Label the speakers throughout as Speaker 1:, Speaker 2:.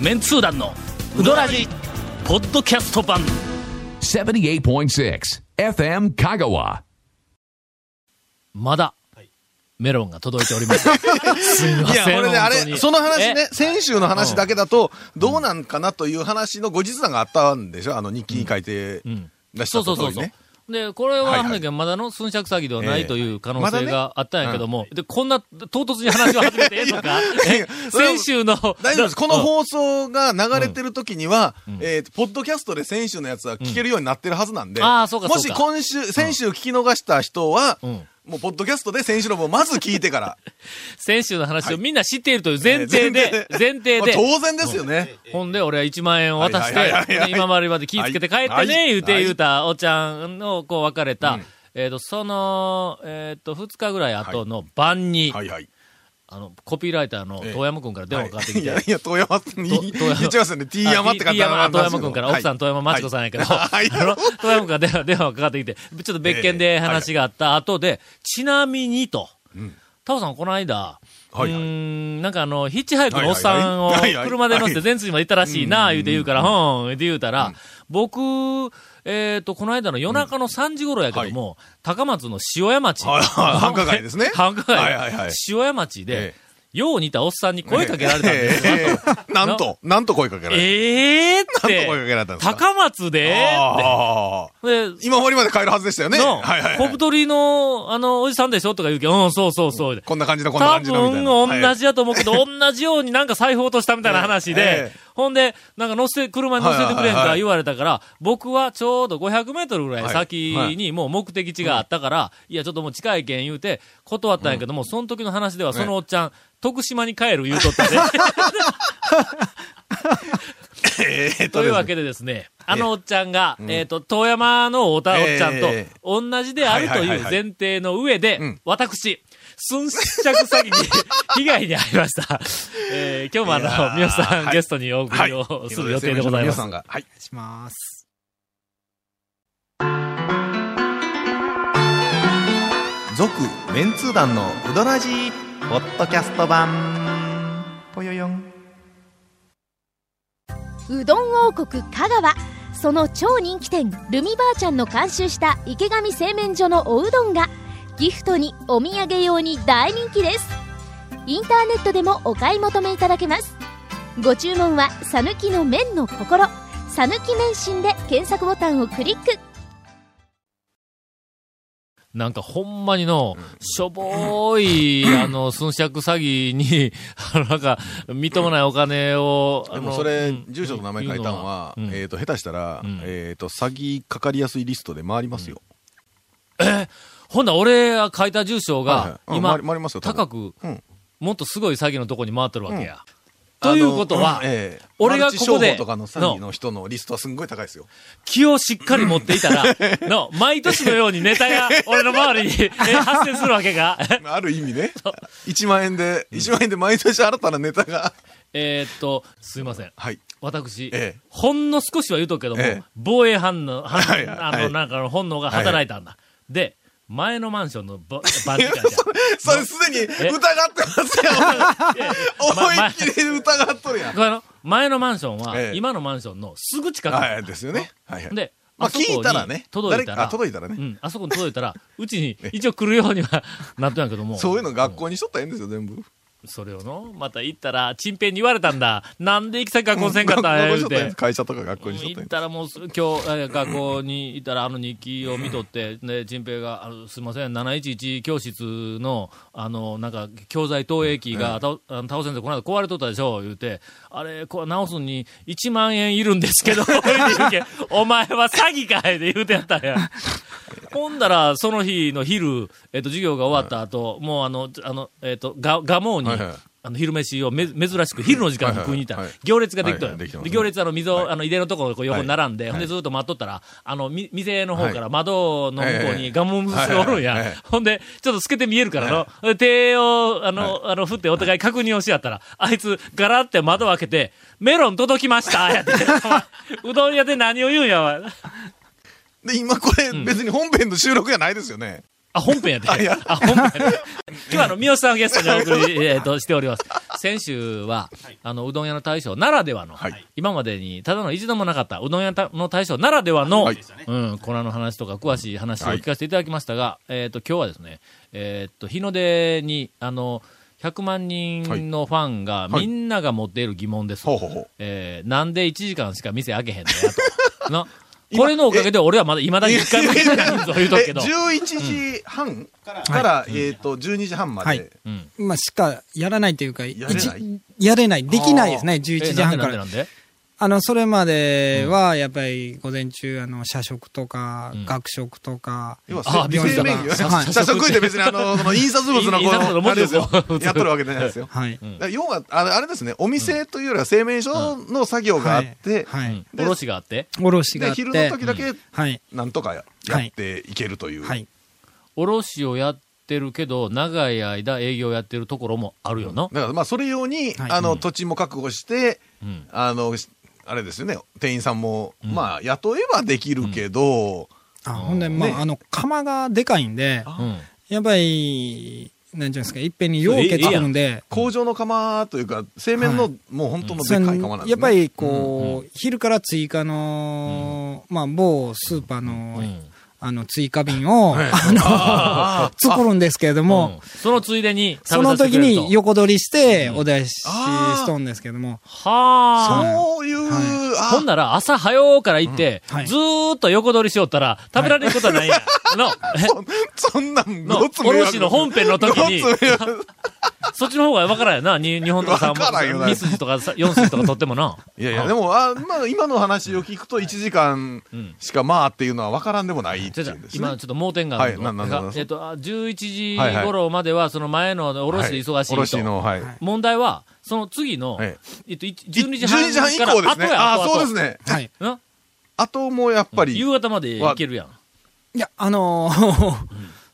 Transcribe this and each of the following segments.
Speaker 1: メンツー団のウドラジポッドキャスト版
Speaker 2: 78.6 FM Kagawa.
Speaker 1: まだメロンが届いております すみま
Speaker 3: いや、
Speaker 1: せん
Speaker 3: これね、あ
Speaker 1: 本当
Speaker 3: れ、
Speaker 1: に
Speaker 3: その話ね
Speaker 1: え、
Speaker 3: 先週の話だけだと、どうなんかなという話の後日談があったんでしょあの日記に書いて出し
Speaker 1: そ
Speaker 3: た
Speaker 1: うそ
Speaker 3: と
Speaker 1: う
Speaker 3: こ
Speaker 1: そう
Speaker 3: ろに
Speaker 1: そう、
Speaker 3: ね。
Speaker 1: でこれは、
Speaker 3: はいはい
Speaker 1: なんだっけまだの寸尺詐欺ではないという可能
Speaker 3: まだ
Speaker 1: 性
Speaker 3: ね
Speaker 1: があったんやけども、でこんな唐突に話を始めてええの かえ
Speaker 3: それは
Speaker 1: 先週の
Speaker 3: 大丈夫です。この
Speaker 1: うん
Speaker 3: 放送が流れてる時には、えーとポッドキャストで先週のやつは聞けるようになってるはずなんで、
Speaker 1: うんあーそうか
Speaker 3: も
Speaker 1: そう
Speaker 3: し
Speaker 1: か
Speaker 3: 今週、先週聞き逃した人は、
Speaker 1: ん
Speaker 3: もうポッドキャストで先週の分をまず聞いてから。
Speaker 1: 先週の話をみんな知っているという 前提で、
Speaker 3: えー
Speaker 1: 前提で、
Speaker 3: まあ当然ですよね。
Speaker 1: ほんで、俺は1万円を渡し
Speaker 3: は
Speaker 1: て
Speaker 3: いはい、はいはい
Speaker 1: 今までまで気ぃつけて帰って
Speaker 3: はい
Speaker 1: ね、言うて
Speaker 3: はい
Speaker 1: 言うた、おちゃんの、こう、別れた
Speaker 3: うん、
Speaker 1: えっと、その、えっと、2日ぐらい後の晩に、
Speaker 3: はいはい。
Speaker 1: あの、コピーライターの
Speaker 3: ええ
Speaker 1: 遠山くんから電話かかってき
Speaker 3: い
Speaker 1: て
Speaker 3: や、いや、遠山に 言っ
Speaker 1: 遠山
Speaker 3: ちゃいますよね。T 山って方
Speaker 1: T 山、遠山くんから、奥さ
Speaker 3: は
Speaker 1: ん
Speaker 3: い
Speaker 1: 遠山町子さんやけど、
Speaker 3: はい
Speaker 1: あの遠山くんから電話 電話かかってきて、ちょっと別件
Speaker 3: え
Speaker 1: で
Speaker 3: え
Speaker 1: 話があった後で、ちなみにと、タオさんこの間、
Speaker 3: はいうはい
Speaker 1: ーんなんかあの、ヒッチハイクのおっさんを
Speaker 3: はいはいはい
Speaker 1: 車で乗せて全通まで行ったらしいな、言うて言うから、うん、言うて言うたら、僕、えっと、この間の夜中の3時頃やけども、高松の塩屋町。
Speaker 3: はいはい繁華街ですね
Speaker 1: 繁華
Speaker 3: はいはいは
Speaker 1: 街
Speaker 3: い。
Speaker 1: 塩屋町で
Speaker 3: え、
Speaker 1: よう似たおっさんに声かけられたんですよ。
Speaker 3: ええなんと、なんと声かけられた。
Speaker 1: ええー、っ
Speaker 3: なんと声かけられ
Speaker 1: て
Speaker 3: たん、ですか
Speaker 1: 高松でっ
Speaker 3: ああ。
Speaker 1: てで、
Speaker 3: 今堀まで帰るはずでしたよね。
Speaker 1: の、
Speaker 3: はいはい
Speaker 1: 小
Speaker 3: はい。
Speaker 1: 太りの、あの、おじさんでしょとか言うけど、うん、そうそうそう。
Speaker 3: こんな感じの、こんな
Speaker 1: 多
Speaker 3: 感じのみたい
Speaker 1: 分、
Speaker 3: な。
Speaker 1: 同じやと思うけど、同じようになんか財布落としたみたいな話で、
Speaker 3: え えええ
Speaker 1: ほんで、なんか乗せて、車に乗せてくれん
Speaker 3: はいはいはい
Speaker 1: か
Speaker 3: はい
Speaker 1: 言われたから、僕はちょうど500メートルぐらい先
Speaker 3: はい
Speaker 1: にもう目的地があったから、いや、ちょっともう近いけん言うて、断ったんやけども、その時の話では、そのおっちゃん、徳島に帰る言うとったで。
Speaker 3: ええ
Speaker 1: というわ
Speaker 3: け
Speaker 1: けでですね、あのおっちゃんが、えっ、と、遠山の太田おっちゃんと
Speaker 3: ええ、
Speaker 1: 同じであると
Speaker 3: はいいは
Speaker 1: う
Speaker 3: いはい
Speaker 1: 前提の上で、
Speaker 3: ん
Speaker 1: 私、寸着詐欺に 被害に遭いました。えー今日もあ
Speaker 3: いや
Speaker 1: の、
Speaker 3: ー
Speaker 1: 皆さん、
Speaker 3: はい
Speaker 1: ゲストにお送りを、する予定でございます
Speaker 3: 皆さ。んが。はい。
Speaker 4: します。
Speaker 3: 続、メンツー団のうどらじ。
Speaker 4: ポッドキャスト版、ぽよよん。
Speaker 5: うどん王国香川その超人気店ルミばあちゃんの監修した池上製麺所のおうどんがギフトにお土産用に大人気ですインターネットでもお買い求めいただけますご注文は「さぬきの麺の心」「さぬき麺心」で検索ボタンをクリック
Speaker 1: なんかほんまにの、しょぼ ーい、あの、寸着詐欺に、あのなんか、みっともないお金を、あ
Speaker 3: で
Speaker 1: の
Speaker 3: もそれ
Speaker 1: うん、
Speaker 3: 住所と名前書いたのは、
Speaker 1: うん
Speaker 3: えっと、下手したら
Speaker 1: ん、
Speaker 3: えっと、詐欺かかりやすいリストで回りますよ。
Speaker 1: ほんだら俺が書いた住所
Speaker 3: は
Speaker 1: が
Speaker 3: いはい、うん
Speaker 1: 今、
Speaker 3: 回り回りますよ多分
Speaker 1: 高く、
Speaker 3: うん
Speaker 1: もっとすごい詐欺のとこに回ってるわけや。
Speaker 3: あ
Speaker 1: と
Speaker 3: の
Speaker 1: いうことは
Speaker 3: うん、ええ
Speaker 1: 俺がここで
Speaker 3: マルチ商法とかの詐欺の人のリストはすんごい高いですよ。
Speaker 1: 気をしっかり持ってい たら、の、毎年のようにネタが俺の周りにえ発生するわけが。
Speaker 3: ある意味ね。1万 円で、1万円で毎年新たなネタが。
Speaker 1: えーっと、すいません。
Speaker 3: はい。
Speaker 1: 私、
Speaker 3: ええ
Speaker 1: ほんの少しは言うとくけども、
Speaker 3: ええ
Speaker 1: 防衛反応、反
Speaker 3: はいはいはい
Speaker 1: あの、なんかの本能が働いたんだ。で、前のマンションのばバンチカンじゃん。
Speaker 3: それすでに疑ってます よ。 思いっきり疑っとるやん。
Speaker 1: これあの前のマンションは、
Speaker 3: ええ
Speaker 1: 今のマンションのすぐ近く。
Speaker 3: はい、ですよね。はいはい。
Speaker 1: で、
Speaker 3: まあ
Speaker 1: そこに
Speaker 3: 聞いたらね
Speaker 1: 届いた
Speaker 3: 誰
Speaker 1: ら。
Speaker 3: かあ届いたらね
Speaker 1: うん、あそこに届いた ら、うちに一応来るようにはなったんやけども。
Speaker 3: そういうの学校にしとったらええんですよ、全部。
Speaker 1: それをの、また行ったら、チンペンに言われたんだ。なんで行き先学校せんかったんや、
Speaker 3: 学校
Speaker 1: 言う
Speaker 3: にしとったらええんで
Speaker 1: て
Speaker 3: す。会社とか学校にしと
Speaker 1: 行
Speaker 3: ったらえ
Speaker 1: っ
Speaker 3: えんで
Speaker 1: たらもうす、今日、え学校に行ったら、あの日記を見と って、で、チンペイが、あのすいません、711教室の、あの、なんか、教材投影機が、たおあの倒せんで、この間壊れとったでしょ、言うて、あれ、こう直すのに1万円いるんですけ ど、言うて言うけんお前は詐欺かいで言うてやったんや。 ほんだら、その日の昼、えっ、と、授業が終わった後、もうあの、あの、えっ、と、が、がもうに、
Speaker 3: はいはい
Speaker 1: あの、昼飯をめ、珍しく、昼の時間に食いに行ったら
Speaker 3: はいはいはい
Speaker 1: 行列ができとる
Speaker 3: はいはいできてます
Speaker 1: で
Speaker 3: ね
Speaker 1: 行列、あの、溝、あの、入れのところ、こう横に並んで、
Speaker 3: はい
Speaker 1: ほんで
Speaker 3: はい
Speaker 1: ずっと待っとったら、あの、み、店の方か
Speaker 3: は
Speaker 1: ら
Speaker 3: い
Speaker 1: 窓の向こう
Speaker 3: え
Speaker 1: に
Speaker 3: え
Speaker 1: ガモムスがおるん
Speaker 3: はいはい
Speaker 1: や
Speaker 3: はい。
Speaker 1: ほんで、ちょっと透けて見えるからの、手を、あの、あの、振ってお互い確認をしやったら、あいつ、ガラって窓を開けて、メロン届きましたやって、 お前うどん屋で何を言うんやわ。
Speaker 3: で、今これ別に本編の収録じゃないですよね。
Speaker 1: あ、本編やで。あ、本編やで。 今日はあの、三好さんをゲストにお送り、えーと、しております。先週は、あの、うどん屋の大将ならではの、
Speaker 3: はい
Speaker 1: 今までに、ただの一度もなかった、うどん屋の大将ならではの、
Speaker 3: はい
Speaker 1: うん、粉の話とか詳しい話を聞かせていただきましたが、えっと、今日はですね、えっと、日の出に、あの、100万人のファンが、
Speaker 3: は
Speaker 1: み
Speaker 3: い
Speaker 1: んなが持っている疑問です。
Speaker 3: ほうほうほう
Speaker 1: えーなんで1時間しか店開けへんのや と。なこれのおかげで俺はまだ、未だに1回も店開けんぞ言うとくけど。
Speaker 3: 11時半から、えっと、12時半ま
Speaker 6: は
Speaker 3: で
Speaker 6: い。
Speaker 1: うん
Speaker 6: まあ、しかやらないというか、
Speaker 3: やれない
Speaker 6: いちやれない。できないですね、11時半か
Speaker 1: えな
Speaker 6: ら
Speaker 1: ん。でなんで
Speaker 6: あの、それまでは、やっぱり午前中、あの、社食とか、
Speaker 1: ん
Speaker 6: 学食とか、
Speaker 3: 要は、
Speaker 1: あ
Speaker 3: せ生命
Speaker 6: 病院と
Speaker 3: 業。
Speaker 6: か
Speaker 3: 社
Speaker 6: はい
Speaker 3: 社食いで別に、あ の、その印刷物の、
Speaker 1: 印印刷物の
Speaker 3: この、
Speaker 1: 文
Speaker 3: あ
Speaker 1: 字
Speaker 3: れ
Speaker 1: を
Speaker 3: ですよ
Speaker 1: こ う。
Speaker 3: やっとるわけじゃないですよ。
Speaker 6: はい。
Speaker 1: ん
Speaker 3: だから要は、あれあれですね、お店というよりは製麺所の作業があって、
Speaker 6: は
Speaker 1: う
Speaker 6: い。
Speaker 1: んおろしがあって、
Speaker 6: おろしが
Speaker 3: で、
Speaker 6: あって、
Speaker 3: 昼の時だけ、
Speaker 6: はい。
Speaker 3: なんとかや
Speaker 6: はい
Speaker 3: っていけるという。
Speaker 6: はい。
Speaker 1: おろしをやってるけど、長い間営業やってるところもあるよな。
Speaker 3: だから、まあ、それ用に、
Speaker 6: はい
Speaker 3: あの、土地も確保して、
Speaker 1: うん。
Speaker 3: あの、しあれですよね、店員さんも、まあ、雇えばできるけど、
Speaker 6: あ、ほんで、ま
Speaker 3: ね
Speaker 6: あ、あの、釜がでかいんで、
Speaker 1: うん。
Speaker 6: やっぱり、なんていうんですか、いっぺんにようけ作るんで、
Speaker 3: 工場の釜というか、製麺の、
Speaker 6: は
Speaker 3: もう本当ので
Speaker 6: そ
Speaker 3: か
Speaker 6: れ
Speaker 3: い
Speaker 6: に
Speaker 3: 釜なんですね。
Speaker 6: やっぱり、こう、昼から追加の、まあ、某スーパーの、
Speaker 1: うん
Speaker 6: あの、追加便を、
Speaker 3: はい
Speaker 6: あの、 作るんですけれども、
Speaker 1: うんそのついでに
Speaker 6: そ
Speaker 1: 食べさ
Speaker 6: の
Speaker 1: せてく
Speaker 6: 時
Speaker 1: れると、
Speaker 6: に横取りして、お出しし
Speaker 3: あー
Speaker 6: とんですけども、
Speaker 1: はあ。
Speaker 3: そういう、あ
Speaker 1: ほんなら、朝早うから行って、
Speaker 6: うんはい
Speaker 1: ずーっと横取りしよったら、食べられることはないや。の、
Speaker 3: そんなん、
Speaker 1: えの
Speaker 3: ごつ、
Speaker 1: お
Speaker 3: 迷
Speaker 1: ろ
Speaker 3: 惑
Speaker 1: しの本編の時に、
Speaker 3: ごつ迷惑
Speaker 1: そっちの方がわからんやな。に日本とか
Speaker 3: わからんよ
Speaker 1: 3
Speaker 3: な
Speaker 1: 二筋とかさ4筋とか取ってもな。
Speaker 3: いやいや、でも、あまあ、今の話を聞くと、1時間
Speaker 1: ん
Speaker 3: しかまあっていうのは分からんでもないって
Speaker 1: ちょ
Speaker 3: い
Speaker 1: ちょ
Speaker 3: うんですね。
Speaker 1: 今、ちょっと盲点があるの
Speaker 3: はいななんなん
Speaker 1: えっと、あ11時頃までは、その前のおろしで忙しいと。
Speaker 3: はいおろしの、はい。
Speaker 1: 問題は、その次の、
Speaker 3: はい
Speaker 1: えっと、い
Speaker 3: 12
Speaker 1: 12
Speaker 3: 時
Speaker 1: 時
Speaker 3: 半
Speaker 1: 半
Speaker 3: 以
Speaker 1: から
Speaker 3: 降ですね
Speaker 1: 後。や
Speaker 3: あ
Speaker 1: 後
Speaker 3: あ、そう
Speaker 1: 々
Speaker 3: ですね。
Speaker 6: はい。
Speaker 1: な
Speaker 3: あともうやっぱり
Speaker 1: 夕、方まで行けるやん。
Speaker 6: いや、あのー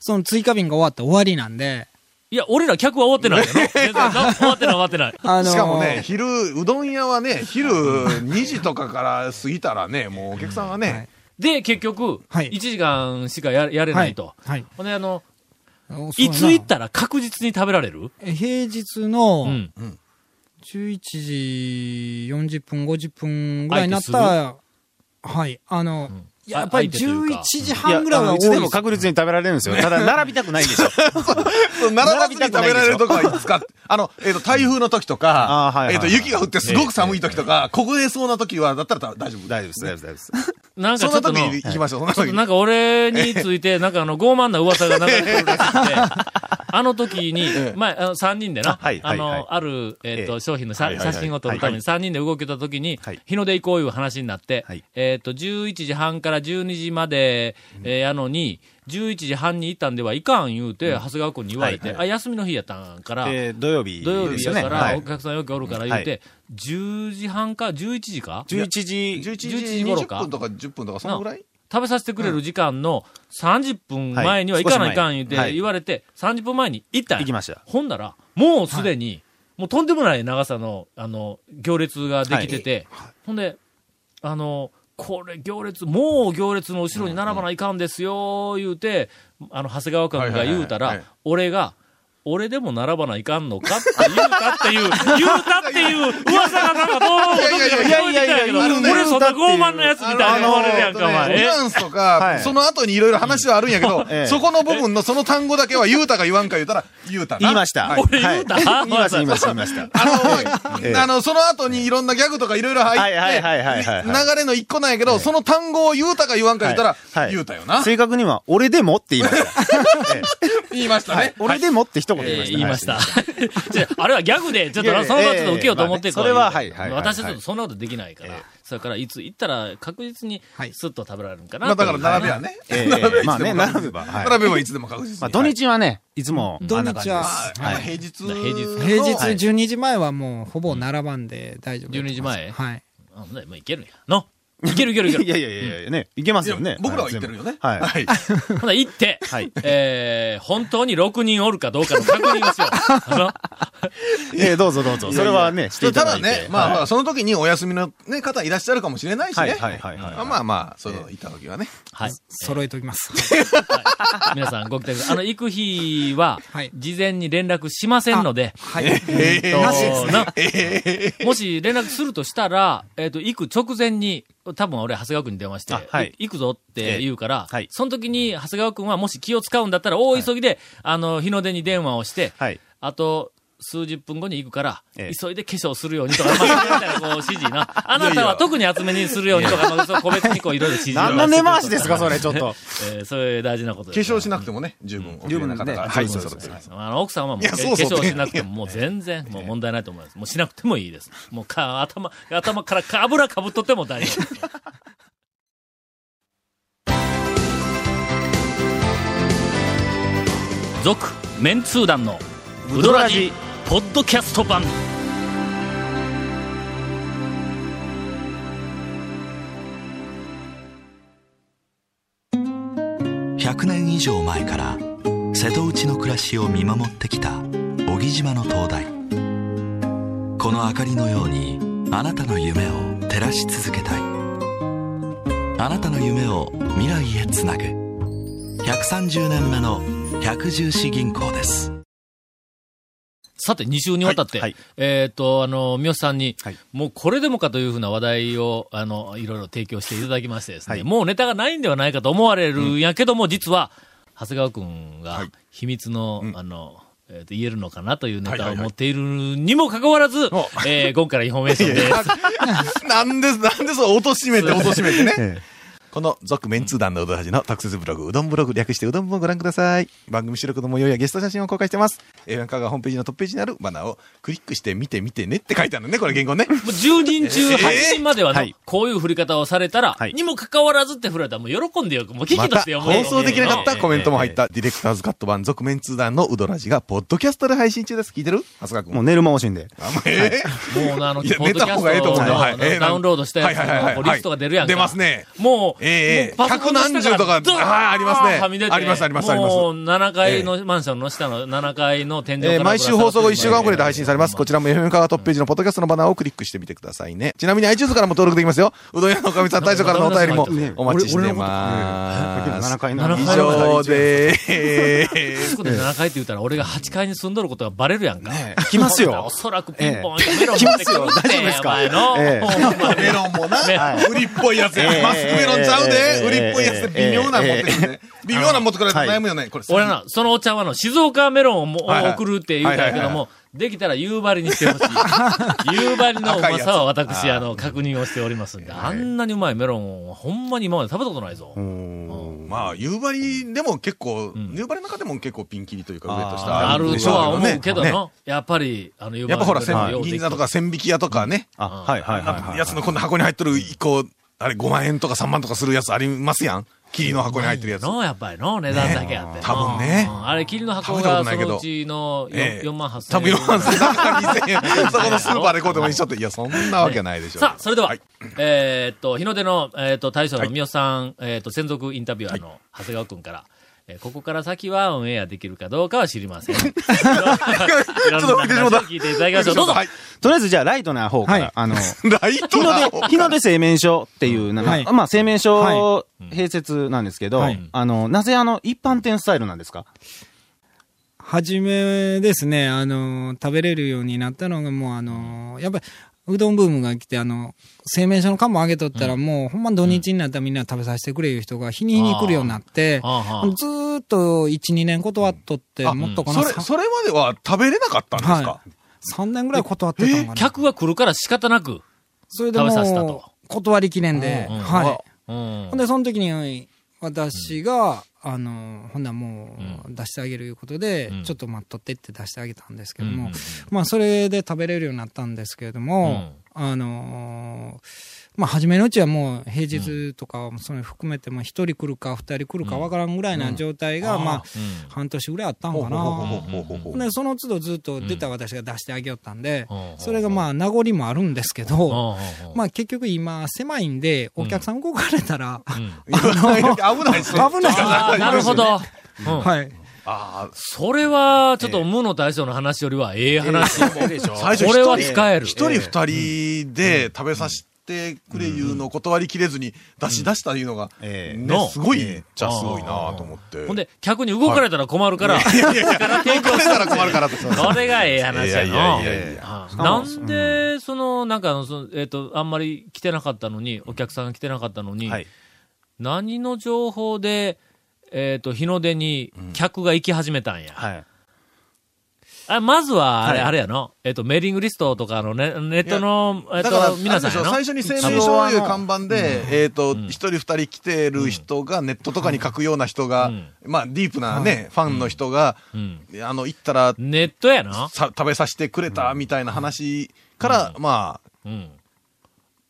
Speaker 6: その追加便が終わって終わりなんで、
Speaker 1: いや、俺ら客は終わってないよ な。全然な終わってない、終わってない。
Speaker 6: あのー
Speaker 3: しかもね、昼、うどん屋はね、昼2時とかから過ぎたらね、もうお客さんはね、
Speaker 1: で、結局、
Speaker 6: はい
Speaker 1: 1時間しかややれないと。
Speaker 6: はい。
Speaker 1: ほんで、あの、
Speaker 6: はい
Speaker 1: つ行ったら確実に食べられる
Speaker 6: 平日
Speaker 1: う
Speaker 6: の
Speaker 1: ん。
Speaker 6: 11時40分、50分ぐらいになったら、はい、あの、やっぱり
Speaker 1: あ相手というか
Speaker 6: 11時半ぐらい
Speaker 7: やあ
Speaker 6: は
Speaker 7: の
Speaker 6: 多いです
Speaker 7: いつでも確率に食べられるんですよ。ただ、並びたくないんでしょ。
Speaker 3: 並ばずに食べられるとこはいつか、あの、えっと、台風の時と
Speaker 7: あー
Speaker 3: か
Speaker 7: は、いはいはい
Speaker 3: えっと、雪が降ってすごく寒い時とか、凍えそうな時は、だったら大丈夫。
Speaker 7: 大丈夫です、大丈夫です、大丈夫です。
Speaker 1: なんか
Speaker 3: そ
Speaker 1: ち
Speaker 3: ん
Speaker 1: ょっ
Speaker 3: な
Speaker 1: と
Speaker 3: 時
Speaker 1: の、
Speaker 3: に行きましょう、そんな
Speaker 1: ちょっと
Speaker 3: 時に。
Speaker 1: なんか俺につい て、なんかあの、傲慢な噂が流れてるらしくて、あの時に、前、あの3人でな
Speaker 7: あはい、
Speaker 1: あ
Speaker 7: はいはい
Speaker 1: の、ある、えっ
Speaker 7: え
Speaker 1: と、
Speaker 7: え
Speaker 1: 商品の
Speaker 7: は
Speaker 1: さ
Speaker 7: いはいは
Speaker 1: 写
Speaker 7: い
Speaker 1: 真を撮るために3人で動けた時に
Speaker 7: はい、
Speaker 1: 日の出行こういう話になって
Speaker 7: はい、
Speaker 1: えっと、11時半から12時までえーやのに、11時半に行ったんではいかん言うて、長谷川君に言われて、
Speaker 7: は
Speaker 1: あ、
Speaker 7: い
Speaker 1: 休みの日やったんから、
Speaker 7: えー土曜日
Speaker 1: 土曜
Speaker 7: で
Speaker 1: 日
Speaker 7: すよ
Speaker 1: や
Speaker 7: ね。
Speaker 1: から、
Speaker 7: はい
Speaker 1: お客さんよくおるから言うて、10時半か11時か
Speaker 7: 11時、
Speaker 3: 11時
Speaker 1: 11時頃
Speaker 3: 20
Speaker 1: か
Speaker 3: 分とか10分とか、そのぐらい
Speaker 1: 食べさせてくれる時間の30分前には
Speaker 7: はい
Speaker 1: 行かないかん言う
Speaker 7: 少し前は
Speaker 1: て
Speaker 7: い
Speaker 1: 言われて、30分前に行ったんや
Speaker 7: 行きました
Speaker 1: ほんなら、もうすでに、もうとんでもない長さの、あの、行列ができてて、ほんで、あの、これ行列、もう行列の後ろに並ばないかんですよ、言うて、あの、長谷川君が言うた
Speaker 3: はいはい
Speaker 1: ら
Speaker 3: はいは、
Speaker 1: 俺が、俺でも並ばないかんのかって言うたっていう、言うたっていう噂がなんかどうもどっかから聞こえてきたんやけど、
Speaker 7: いやいやいやいやいやいや
Speaker 1: 俺そんな傲慢なやつみたいに思われるやんか、お前。
Speaker 3: ニュアンスとか
Speaker 7: は、い
Speaker 3: その後にいろいろ話はあるんやけど
Speaker 7: え、え
Speaker 3: そこの部分のその単語だけは言うたか言わんか言うたら、言うたな。
Speaker 7: 言いました。
Speaker 3: はい
Speaker 1: 俺言うた
Speaker 7: はい言いました、言いました、言いました。
Speaker 3: あ
Speaker 7: ええ
Speaker 3: の、あの、その後にいろんなギャグとかいろいろ入っ
Speaker 7: はいはいはいはいはい
Speaker 3: て、流れの一個なんやけど、その単語を言うたか言わんか言うたら
Speaker 7: はいは、い
Speaker 3: 言うたよな。
Speaker 7: 正確には、俺でもって言いました。ええ
Speaker 3: 言いましたね。
Speaker 7: 俺でもって一言
Speaker 1: えー
Speaker 7: 言い
Speaker 1: 言いま
Speaker 7: ま
Speaker 1: し
Speaker 7: した。
Speaker 1: た
Speaker 7: は。
Speaker 1: じゃああれはギャグで、ちょっと
Speaker 7: いやいや
Speaker 1: その場はちょっと受けようと思って
Speaker 7: えーまあねそれははいはいはい
Speaker 1: 私はちょっとそんなことできないから。
Speaker 7: はい
Speaker 1: それから、いつ行ったら確実に
Speaker 6: はい
Speaker 1: スッと食べられるんかな
Speaker 3: まあだから並
Speaker 1: べ
Speaker 3: べはね。
Speaker 7: ええ
Speaker 3: 並べはいつでも
Speaker 7: ま
Speaker 3: 確実
Speaker 7: あね並べばはい
Speaker 3: 並べはいつでも確実に。
Speaker 7: まあ、土日はね、いつも、
Speaker 6: 土日は
Speaker 7: あんな感じです
Speaker 3: まあ
Speaker 7: はい。
Speaker 3: 平日。
Speaker 1: 平日
Speaker 6: 平日
Speaker 3: はい
Speaker 6: 12時前はもうほぼ並ばんで大丈夫です
Speaker 1: 12時前
Speaker 6: はい。
Speaker 1: あ、ほんならまあいけるんや。の。いけるいけるいけ
Speaker 7: い
Speaker 1: る。
Speaker 7: やいやいやいや、ね、いけますよ
Speaker 3: いや
Speaker 7: ね。
Speaker 3: 僕らは言ってるよね。
Speaker 7: はい全部。
Speaker 3: はい。
Speaker 1: ほな、行って、
Speaker 7: はい
Speaker 1: えー、本当に6人おるかどうかの確認を しよう。あの
Speaker 7: ええ、どうぞどうぞ。それはね、してい
Speaker 3: た
Speaker 7: ただ
Speaker 3: だ
Speaker 7: いて
Speaker 3: ね。、まあま
Speaker 7: は
Speaker 3: あ、その時にお休みのね、方いらっしゃるかもしれないし
Speaker 7: い
Speaker 3: ね。
Speaker 7: はいはいはい
Speaker 3: まあ
Speaker 7: はい。
Speaker 3: まあまあ、その、いた時はね。
Speaker 1: はい。
Speaker 6: 揃えておきます。
Speaker 1: 皆さんご期待ください。あの、行く日は
Speaker 6: はい、
Speaker 1: 事前に連絡しませんので、
Speaker 6: はい。
Speaker 1: えーと
Speaker 6: なしですね
Speaker 1: な もし連絡するとしたら、えっ、と、行く直前に、多分俺、長谷川君に電話して、
Speaker 7: あはい
Speaker 1: い行くぞって言うから、
Speaker 7: えはい
Speaker 1: その時に長谷川君はもし気を使うんだったら、大急ぎで、あの、日の出に電話をして、
Speaker 7: はい
Speaker 1: あと、数十分後に行くから、
Speaker 7: ええ
Speaker 1: 急いで化粧するようにとか、まあ、みたいなこう指示な。 あなたは特に厚めにするようにとか、まあ、そう個別にこういろいろ指示を
Speaker 7: 何の根回しですか、それ、ちょっと。
Speaker 1: えーそれ大事なこと
Speaker 3: 化
Speaker 1: です。
Speaker 3: 粧しなくてもね、十分、お綺麗な方が。
Speaker 7: 十分ね
Speaker 3: はい、
Speaker 7: 十
Speaker 3: そう
Speaker 7: 分
Speaker 3: そ
Speaker 7: そうう
Speaker 3: そ
Speaker 7: そうう。
Speaker 1: あの、奥さんはもう、
Speaker 3: いやそうそう
Speaker 1: 化粧しなくても、もう全然、もう問題ないと思います。もうしなくてもいいです。もうか、頭、頭からか油かぶっとっても大丈夫。続、メンツー団の、ウドラジ、ポッドキャスト版。
Speaker 8: 100年以上前から瀬戸内の暮らしを見守ってきた小木島の灯台この明かりのようにあなたの夢を照らし続けたいあなたの夢を未来へつなぐ130年目の百十四銀行です
Speaker 1: さて、2週にわ たって、
Speaker 7: はいはい
Speaker 1: えっ、と、あの、三好さんに、
Speaker 7: はい
Speaker 1: もうこれでもかというふうな話題を、あの、いろいろ提供していただきましてですね、
Speaker 7: はい
Speaker 1: もうネタがないんではないかと思われるんやけども、実は、長谷川くんが、秘密の、あの、えーと、言えるのかなというネタを持っているにもかかわらず、えー、ゴンからインフォメーションです。
Speaker 3: なんで、なんでそう、貶しめ て、貶しめてね。
Speaker 7: ええ
Speaker 3: この続メンツー団のうどはじの特設ブログ、うどんブログ略してうどんもご覧ください。番組収録の模様やゲスト写真を公開してます。えー、香川ホームページのトップページにあるバナーをクリックして見て見てねって書いてあるのね、これ原稿ね。
Speaker 1: もう10人中8人まではの、
Speaker 7: はい
Speaker 1: こういう振り方をされたら、
Speaker 7: はい
Speaker 1: にもかかわらずって振られたら、もう喜んでよ、もう聞
Speaker 3: ま
Speaker 1: きと
Speaker 3: た
Speaker 1: してよ、
Speaker 3: 放送できなかったコメントも入っ
Speaker 1: えー
Speaker 3: たディレクターズカット版続メンツー団のうどらじがポッドキャストで配信中です。聞いてる長谷川君。
Speaker 7: もう寝る間惜しいんで。
Speaker 3: あもうえ
Speaker 1: もうあの、
Speaker 3: いや
Speaker 1: ポッドキャスト
Speaker 3: 寝た方がええと思うよ
Speaker 1: の
Speaker 3: はい
Speaker 1: あの
Speaker 3: ええ
Speaker 1: ダウンロードしたやつ
Speaker 3: はいはいはい
Speaker 1: の
Speaker 3: は
Speaker 1: こ
Speaker 3: いう
Speaker 1: リストが出るやんか。
Speaker 3: 出ますね
Speaker 1: もう、
Speaker 3: ええ
Speaker 1: もうパソコンの下から
Speaker 3: 百何十とか
Speaker 1: ドーン
Speaker 3: はいありますね
Speaker 1: はみ出て
Speaker 3: ありますありますあります
Speaker 1: もう、7階の、マンションの下の7階の天井から
Speaker 3: えー毎週放送後1週間遅れで配信されます。こ
Speaker 1: ち
Speaker 3: ちらも FM カガトップページのポッドキャストのバナーをクリックしてみてくださいね。ちなみに iTunes からも登録できますよ。うどん屋のおかみさん大将からの お便りもお待ちしてま
Speaker 7: 7
Speaker 3: す。
Speaker 7: 回
Speaker 1: の
Speaker 7: の
Speaker 3: 以上でーす。
Speaker 1: そこで7階って言ったら、俺が8階に住んどることがバレるやんか。
Speaker 7: 来ますよ
Speaker 1: お。そらくピンポン、メロン持ってくるって
Speaker 7: 来ますよ大丈夫ですか
Speaker 1: お前の
Speaker 7: ええ
Speaker 1: ほんまに
Speaker 3: メロンもな
Speaker 7: はい、
Speaker 3: 売りっぽいやつや
Speaker 7: え。え
Speaker 3: マスクメロンちゃうで
Speaker 7: え、え
Speaker 3: 売りっぽいやつで微妙なの持ってくるね。微妙なの持ってくられたら悩むよね。これ、
Speaker 1: 俺はな、そのお茶はの、静岡メロンをも
Speaker 3: はいはい
Speaker 1: 送るって言うたんやけども、できたら夕張にしてほし い。夕張のうまさは私、あの、確認をしておりますんで、あんなにうまいメロンはほんまに今まで食べたことないぞ。
Speaker 3: まあ、夕張でも結構、夕張の中でも結構ピンキリというか、上と下
Speaker 1: あるとは思うけど
Speaker 3: ね
Speaker 1: の、やっぱり、あの、夕張
Speaker 3: やっぱほら、
Speaker 1: のメロンは
Speaker 3: 千
Speaker 1: ようでき
Speaker 3: 銀
Speaker 1: た
Speaker 3: 座とか千引き屋とかね、
Speaker 7: あ、はいはいはいはい。
Speaker 3: やつのこんな箱に入っとる一個、あれ5万円とか3万とかするやつありますやん。霧の箱に入ってるやつ。
Speaker 1: のやっぱりの値段だけあっての。
Speaker 3: ね多分ね
Speaker 1: うんあれ、霧の箱
Speaker 3: 食べた
Speaker 1: が
Speaker 3: こと
Speaker 1: そ
Speaker 3: ないけど
Speaker 1: のうちの
Speaker 3: ええ
Speaker 1: 4万8000
Speaker 3: 多
Speaker 1: 円ぐ
Speaker 3: 分
Speaker 1: らい。
Speaker 3: 4万3000円、2000円。そこのスーパーでこうでも一緒って。いや、そんなわけないでしょ。
Speaker 1: さあ、それでは、
Speaker 3: はい
Speaker 1: えーっと、日の出の、えーっと、大将の三好さん、えーっと、専属インタビュアーの長谷川くんから、えーここから先はオンエアできるかどうかは知りません。 いろんな話を聞いていただきましょう。どうぞ。
Speaker 3: はい
Speaker 7: とりあえずじゃあ、ライトな方か
Speaker 6: はい
Speaker 7: ら、あの、
Speaker 3: ライ
Speaker 7: 日
Speaker 3: トだ
Speaker 7: の出、日の出製麺所っていう、なんか
Speaker 6: はい
Speaker 7: まあ、製麺
Speaker 6: は
Speaker 7: 所併設なんですけど、
Speaker 6: はい
Speaker 7: あの、なぜあの、一般店スタイルなんですか
Speaker 6: はじめですね、あの、食べれるようになったのが、もうあの、やっぱり、うどんブームが来て、あの、製麺所の缶も上げとったら、もう、ほんま土日になったらみんな食べさせてくれいう人が、日に日に来るようになって、
Speaker 1: ああああ
Speaker 6: ずーっと1、2年断っとって、もっとかな、
Speaker 3: それ、
Speaker 6: さん
Speaker 3: それまでは食べれなかったんですか
Speaker 6: はい。3年ぐらい断ってたのかな。
Speaker 1: 客が来るから仕方なく。
Speaker 6: それで
Speaker 1: 食べさせたと
Speaker 6: もう、断りきれんで、
Speaker 1: うんうん
Speaker 6: はい。
Speaker 1: うん
Speaker 6: ほん。で、その時に、私が、あの、ほんならもう、出してあげるいうことで、
Speaker 1: うん
Speaker 6: ちょっと待っとってって出してあげたんですけど
Speaker 1: うんうんう
Speaker 6: も、
Speaker 1: ん
Speaker 6: まあ、それで食べれるようになったんですけれども、あのーまあ、初めのうちはもう平日とか、それ含めて、まあ、一人来るか二人来るかわからんぐらいな状態が、まあ、半年ぐらいあったんかな。で、その都度ずっと出た私が出してあげよったんで
Speaker 1: うん、
Speaker 6: それがまあ、名残もあるんですけど、まあ、結局今、狭いんで、お客さん動かれたら、
Speaker 3: 危ない ですね。
Speaker 6: 危ない
Speaker 1: あ あ、なるほど。うん
Speaker 6: はい。
Speaker 3: あー
Speaker 1: それは、ちょっと、無の大将の話よりは、ええ話。
Speaker 3: 最初
Speaker 1: これは
Speaker 3: 一人
Speaker 1: 使える。
Speaker 3: 一人二人で食べさせてくれいうのを断りきれずに出し出したいうのが、
Speaker 7: ええ
Speaker 3: ね、すご
Speaker 7: え
Speaker 3: い
Speaker 7: え
Speaker 3: じゃあすごいなと思って。
Speaker 1: ほ んで、客に動かれたら困るから、
Speaker 3: いやいやいや、
Speaker 1: 提供
Speaker 3: これ
Speaker 1: す
Speaker 3: なら
Speaker 1: る。
Speaker 3: 困るからって。
Speaker 1: それがええ話や
Speaker 3: い
Speaker 1: な
Speaker 3: やいやいやいや
Speaker 1: ああなんで、その、なんか、そのえっと、あんまり来てなかったのに、お客さんが来てなかったのに
Speaker 7: は、い。
Speaker 1: 何の情報で、えっと、日の出に客が行き始めたんや。
Speaker 7: はい。
Speaker 1: あまずは、あれ、
Speaker 7: はい
Speaker 1: あれやの。えっと、メーリングリストとかのね、ネットの、えっ
Speaker 3: だから、
Speaker 1: と、皆さん
Speaker 3: あれでしょ
Speaker 1: やの。
Speaker 3: 最初に声明書という看板で、えっと、
Speaker 1: ん
Speaker 3: 一人二人来てる人が、ネットとかに書くような人が
Speaker 1: うん、
Speaker 3: まあ、ディープなね、ファンの人が、
Speaker 1: うん。
Speaker 3: あの、行ったら、
Speaker 1: ネットやな。
Speaker 3: さ食べさせてくれたみたいな話から、まあ、
Speaker 1: うん。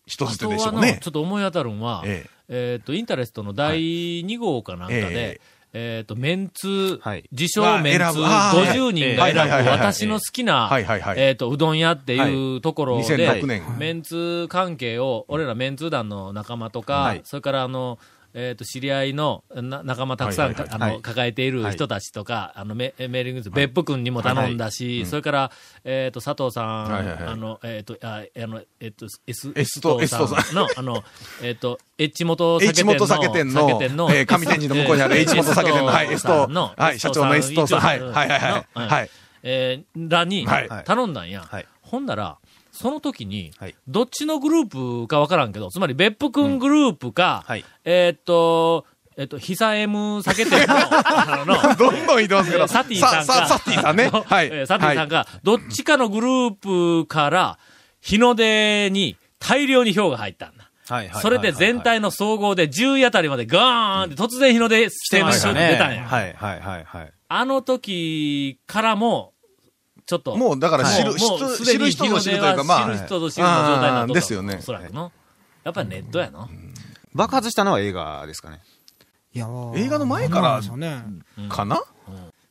Speaker 3: 一つ
Speaker 1: あと
Speaker 3: 手でしょ
Speaker 1: は
Speaker 3: う
Speaker 1: の、
Speaker 3: ね
Speaker 1: ちょ。っと思い当たるんは、え
Speaker 3: え
Speaker 1: っ、と、インタレストの第2号かなんかで、
Speaker 3: はいええ
Speaker 1: えっと、メンツ、
Speaker 7: はい
Speaker 1: 自称メンツ
Speaker 3: まあ選ぶあー
Speaker 1: 50人が
Speaker 3: はいはいは
Speaker 1: 選
Speaker 3: い
Speaker 1: ぶ
Speaker 3: はい
Speaker 1: 私の好きな
Speaker 3: はいはいは、い
Speaker 1: えっと、うどん屋っていうところで、
Speaker 3: 2006年
Speaker 1: メンツ関係を、俺らメンツ団の仲間とか、
Speaker 7: はい
Speaker 1: それからあの、えっと知り合いのな仲間たくさん、
Speaker 3: はいはい
Speaker 1: あ
Speaker 3: は
Speaker 1: の
Speaker 7: はい
Speaker 1: 抱えている人たちとか、あのメメーリングです、別府君にも頼んだし、それから、えっと佐藤さん、
Speaker 3: はいはいはい
Speaker 1: あのえっ、とああのえっ、と S
Speaker 3: S と
Speaker 1: S と
Speaker 3: S と
Speaker 1: さんの、あの、えっと、エッチ元酒
Speaker 3: H
Speaker 1: 店の。
Speaker 3: 元酒店の、
Speaker 1: 酒
Speaker 3: えー上天神の向こうにある H 元酒店の、はい、S と、はい、社長の S とさん、はい、はい、はいはい、はい。。
Speaker 1: えーらに
Speaker 3: はい
Speaker 1: 頼んだんや
Speaker 7: はい。
Speaker 1: ほんなら、その時に
Speaker 7: はい、
Speaker 1: どっちのグループかわからんけど、つまり別府くんグループか
Speaker 7: うんはい、
Speaker 1: えーっと、えーっと、ヒサエム酒店の、あの、
Speaker 3: どんどん移動すけ
Speaker 1: えー
Speaker 3: ど、
Speaker 1: サティさんか。
Speaker 3: さサティさ んね。はい
Speaker 1: え。ーサティさん
Speaker 3: が。
Speaker 1: が、どっちかのグループから、日の出に大量に票が入ったんだ。
Speaker 7: はい。
Speaker 1: それで全体の総合で10位あたりまでガーンって突然日の出ステージ出たんや。
Speaker 7: はい、はい、はい、はい。
Speaker 1: あの時からも、ちょっと。
Speaker 3: もうだから知
Speaker 1: も
Speaker 3: る、
Speaker 1: う
Speaker 3: 知
Speaker 1: もう
Speaker 3: る
Speaker 1: すで
Speaker 3: 知
Speaker 1: に
Speaker 3: る人ぞ知るという
Speaker 1: 日
Speaker 3: か、
Speaker 1: の出
Speaker 3: ま
Speaker 1: は
Speaker 3: あ
Speaker 1: 知る、人ぞ知るの状態になっとった
Speaker 3: あーですよね
Speaker 1: おそらくの。やっぱりネットやの。
Speaker 7: 爆発したのは映画ですかね。
Speaker 6: いやー
Speaker 3: 映画の前から
Speaker 6: なんですよね。
Speaker 3: かな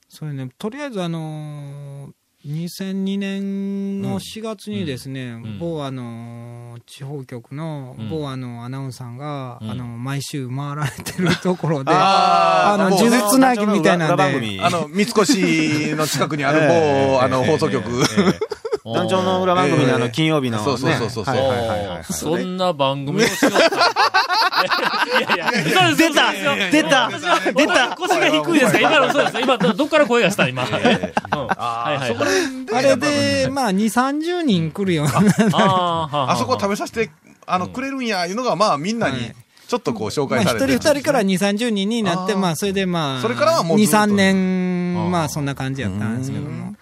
Speaker 6: そうね、とりあえずあのー、2002年の4月にですね、
Speaker 1: ん
Speaker 6: 某あのー地方局の
Speaker 1: うん
Speaker 6: 某あのアナウンサーが、
Speaker 1: うん
Speaker 6: あの毎週回られてるところで、
Speaker 3: あ
Speaker 6: あ
Speaker 3: ー
Speaker 6: の
Speaker 3: もう
Speaker 6: 呪
Speaker 3: ね
Speaker 6: 術なぎみたいなん
Speaker 7: 裏番
Speaker 6: で、
Speaker 7: 組。
Speaker 3: あの、三越の近くにある某、あの、放送局。
Speaker 7: 団長の裏番組のあの、金曜日のね。
Speaker 3: そうそうそうそう
Speaker 7: はいはいはいはい。
Speaker 1: そんな番組をしようといやいや、嘘です
Speaker 7: 出た
Speaker 1: 嘘ですよ
Speaker 7: 出た出た
Speaker 1: 腰が低いですか今のそうです今、どどっから声がした今。うんはいはいはい。
Speaker 6: あれで、まあ2、30人来るような、
Speaker 1: あーはあはあ
Speaker 3: あそこ食べさせて、あの、くれるんや、いうのが、まあ、みんなに、ちょっとこう、紹
Speaker 6: まあ
Speaker 3: 介さ
Speaker 6: 1
Speaker 3: れ
Speaker 6: 人
Speaker 3: て。
Speaker 6: 2人から2、30人になって、
Speaker 3: あー
Speaker 6: まあそれでまあ、
Speaker 3: それからはもうず
Speaker 6: 2、
Speaker 3: っと
Speaker 6: 3年、
Speaker 1: あ
Speaker 6: ま
Speaker 1: ー
Speaker 6: あそんな感じやったんですけども。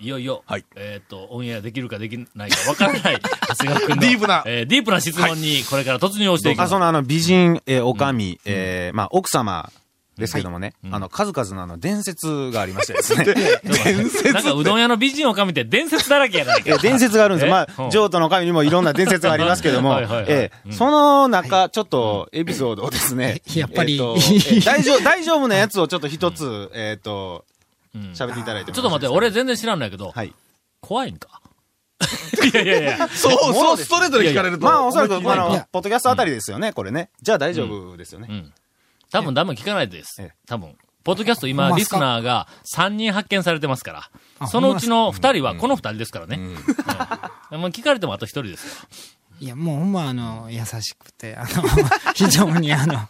Speaker 1: いよいよ、
Speaker 3: はい
Speaker 1: えっ、と、オンエアできるかできないかわからない、長谷川君の。
Speaker 3: ディープな
Speaker 1: えディープな質問に、これから突入をしていきま
Speaker 7: あ
Speaker 1: す。
Speaker 7: そのあの美人、えー、おかみ、えーまあ奥様ですけどもね、あの数々のあの伝説がありましてですね。
Speaker 3: 伝説
Speaker 1: なんか、うどん屋の美人をかみて伝説だらけやない
Speaker 7: え
Speaker 1: か。
Speaker 7: ー伝説があるんですよ。ま
Speaker 1: えうん
Speaker 7: あ、譲渡の神にもいろんな伝説がありますけども、
Speaker 1: はい
Speaker 7: え
Speaker 1: はいはい
Speaker 7: ーその中、ちょっとエピソードをですね、
Speaker 6: やっぱり
Speaker 7: えーとえー大丈夫、大丈夫なやつをちょっと一つ、えっと、
Speaker 1: ん
Speaker 7: 喋っていただいても
Speaker 1: ちょっと待って、
Speaker 7: よろし
Speaker 1: 俺全然知らんないけど、
Speaker 7: いですか、はい。
Speaker 1: 怖いんかいやいやいや。
Speaker 3: そうそう、ストレートで聞かれると。
Speaker 7: まあ、おそらく、
Speaker 3: 思
Speaker 7: あ
Speaker 3: いっきりね
Speaker 6: い
Speaker 7: の
Speaker 6: や、
Speaker 7: ポッドキャストあたりですよね、これね。じゃあ大丈夫ですよね
Speaker 1: う。ん。多分、多分聞かないです
Speaker 7: ええ。
Speaker 1: 多分。ポッドキャスト
Speaker 6: ほん
Speaker 1: 今、
Speaker 6: まっ
Speaker 1: リ
Speaker 6: す
Speaker 1: ス
Speaker 6: か
Speaker 1: ナーが3人発見されてますから。
Speaker 6: あ
Speaker 1: そのうちの2人は、この2人ですからね。うんもう聞かれてもあと1人ですよ。
Speaker 6: いや、もうほんまあの、優しくて、あの、 非常にあの、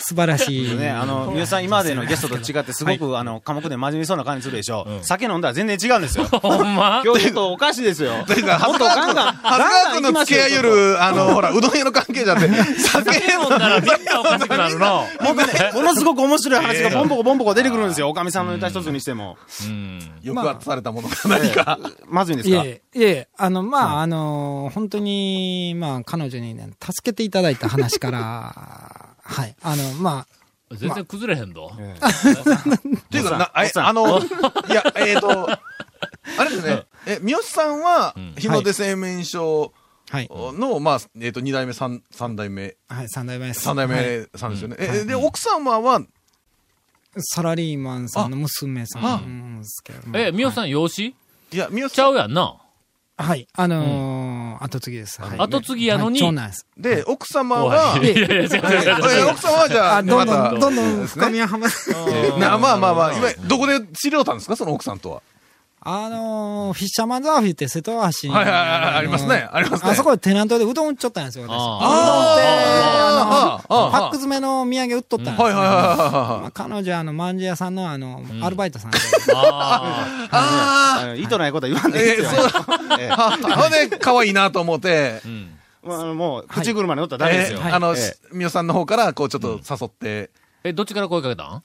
Speaker 6: 素晴らしい。
Speaker 7: ね、あの、皆さん今までのゲストと違って、すごく、あの、寡黙で真面目そうな感じするでしょ。酒飲んだら全然違うんですよ。
Speaker 1: ほんま
Speaker 7: 今日ちょっとおかしいですよ。
Speaker 3: だから、
Speaker 7: も
Speaker 3: 長
Speaker 7: っとガ
Speaker 3: 谷
Speaker 7: ンガ
Speaker 3: 川
Speaker 7: ン、
Speaker 3: 君、長谷川君の付き合いよる、あの、ほら、うどん屋の関係者って、酒
Speaker 1: 飲んだらみんなおかしくなるの。
Speaker 7: もうね、ものすごく面白い話がボンボコボンボコ出てくるんですよ。おかみさんのネタ一つにしても。
Speaker 1: うん。
Speaker 3: 抑圧されたものが何か。
Speaker 7: まずいんです
Speaker 6: い
Speaker 7: か
Speaker 6: えいえ、いえいえ、あの、まあ、あの、本当に、まあ、彼女にね、助けていただいた話から、 はい。あの、まあ、
Speaker 1: 全然崩れへんぞ。
Speaker 3: っていうか、なあ
Speaker 7: おっさん
Speaker 3: あの、いや、えっと、あれですね、え、三好さんは
Speaker 1: ん、
Speaker 3: 日の出製麺所
Speaker 6: はい
Speaker 3: の、まあ、えっ、と、二代目、三、三代目、
Speaker 6: はい、三代目です。
Speaker 3: 三代
Speaker 6: はい
Speaker 3: 目さんですよね。えで、奥様は、
Speaker 6: サラリーマンさんの娘さんですけども。
Speaker 1: え、みおさん、養子
Speaker 3: いや、みよ
Speaker 1: ちゃうやんな。
Speaker 6: はい、あのー、後継ぎです。はい
Speaker 1: 後継ぎやのに
Speaker 6: はい長男です。
Speaker 3: で、奥様は、
Speaker 1: いやいやいや違う違う
Speaker 3: ええ奥様はじゃあ、
Speaker 6: あ、ど
Speaker 3: ま
Speaker 6: んど
Speaker 3: た
Speaker 6: ん、どんどん深みははまる。
Speaker 3: えーなまあまあまあ、いわゆるどこで知り合ったんですか、その奥さんとは。
Speaker 6: あのー、フィッシャーマンズアーフィーって瀬戸大橋に
Speaker 3: はいはいはいはい
Speaker 6: のー
Speaker 3: ありますねありますね
Speaker 6: あそこでテナントでうどん売っちゃったんですよ、私。うどんって、
Speaker 3: あ
Speaker 6: あ
Speaker 3: ーあーあー
Speaker 6: の、パック詰めのお土産売っとったんですよ
Speaker 3: はいはいはいはい
Speaker 6: ま
Speaker 3: はい。
Speaker 6: あ彼女は、あの、まんじゅう屋さんの、あの、アルバイトさ んで。
Speaker 1: あ
Speaker 3: あ
Speaker 7: あの意図ないことは言わん
Speaker 3: あ、
Speaker 7: でいい
Speaker 3: え
Speaker 7: で
Speaker 3: ー
Speaker 7: す
Speaker 3: そう
Speaker 7: よ。え え
Speaker 3: だ。はね、可愛いなと思って
Speaker 1: ーう、ん
Speaker 7: まああのもう、口車に乗ったらダメですよ。
Speaker 3: えーあの
Speaker 7: ええ、
Speaker 3: みよさんの方から、こう、ちょっと誘って、
Speaker 1: え、どっちから声かけたん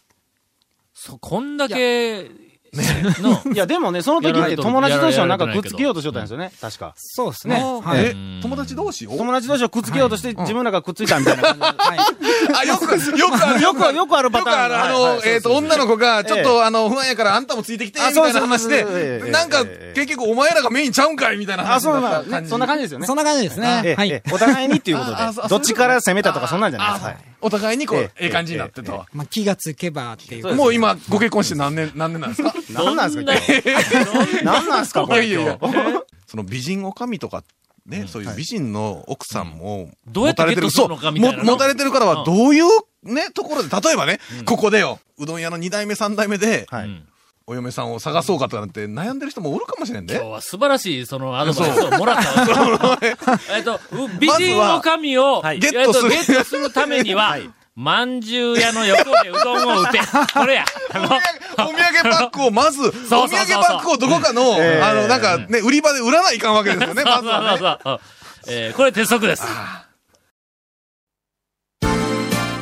Speaker 1: そ、こんだけ、 の、
Speaker 7: いや、でもね、その時って友達同士をなんかくっつけようとしよったんですよね、確か。
Speaker 6: そうです
Speaker 3: ね
Speaker 6: ね。はい。
Speaker 3: え、友達同士を
Speaker 7: 友達同士をくっつけようとして、自分らがくっついたみたいな感
Speaker 6: はい
Speaker 3: あ、よく、よくある、
Speaker 7: じ。よく ある、よくあるパ
Speaker 3: よ
Speaker 7: タ
Speaker 3: く
Speaker 7: ーン。
Speaker 3: ある、あ
Speaker 7: はい
Speaker 3: の、えっと、女の子が、ちょっ
Speaker 7: え
Speaker 3: と、あの、不安やから、あんたもついてきて、み
Speaker 7: あ
Speaker 3: たいな
Speaker 7: そう
Speaker 3: 話
Speaker 7: そうそうえ
Speaker 3: で、
Speaker 7: え
Speaker 3: なんか、
Speaker 7: ええ
Speaker 3: 結局、お前らがメインちゃうんかいみたいな
Speaker 7: あ、
Speaker 3: 話
Speaker 7: そう
Speaker 3: にな
Speaker 7: な
Speaker 3: っ
Speaker 7: ん
Speaker 3: た感
Speaker 7: だね
Speaker 3: じ。
Speaker 7: そんな感じですよね。
Speaker 6: そんな感じですね。は
Speaker 7: ええ
Speaker 6: い
Speaker 7: え。えお互いにっていうことで
Speaker 3: ああそう、
Speaker 7: どっちから攻めたとかそんなんじゃないです
Speaker 3: あ
Speaker 7: か
Speaker 3: ー。お互いにこう
Speaker 7: ええ、
Speaker 3: ええ感じになってと。
Speaker 6: まあ、気がつけばっていう。
Speaker 3: もう今、ご結婚して何年、何年なんですか
Speaker 7: 何なんですか、今日。何なんですか、これ。
Speaker 3: いやいやいや
Speaker 7: 今日
Speaker 3: その美人女将とか、ね、そういう美人の奥さんも、
Speaker 1: どうやってゲットするのかみたいな
Speaker 3: そうも持たれてるからは、
Speaker 1: うん
Speaker 3: どういう、ね、ところで、例えばね、ここでよ、うどん屋の2代目、3代目で、
Speaker 7: は
Speaker 1: う
Speaker 7: い。
Speaker 1: ん
Speaker 3: お嫁さんを探そうかとかなんて悩んでる人もおるかもしれん
Speaker 1: 今日
Speaker 3: で。
Speaker 1: は素晴らしい、そのアドバイスをもらったわけ です。えっと、う美人の神を、
Speaker 7: はい
Speaker 1: えっと
Speaker 3: ゲットする
Speaker 1: ゲットするためには、まんじゅう屋の横でうどんを 打て。これや。
Speaker 3: お土産お土産パックをまず、お土
Speaker 1: そうそう
Speaker 3: 産パックをどこかの、
Speaker 7: ええ
Speaker 3: あの、なんかね、売り場で売らないかんわけですよね、まず
Speaker 1: そうそう
Speaker 3: はね。
Speaker 1: そうそう。 えーこれ鉄則です。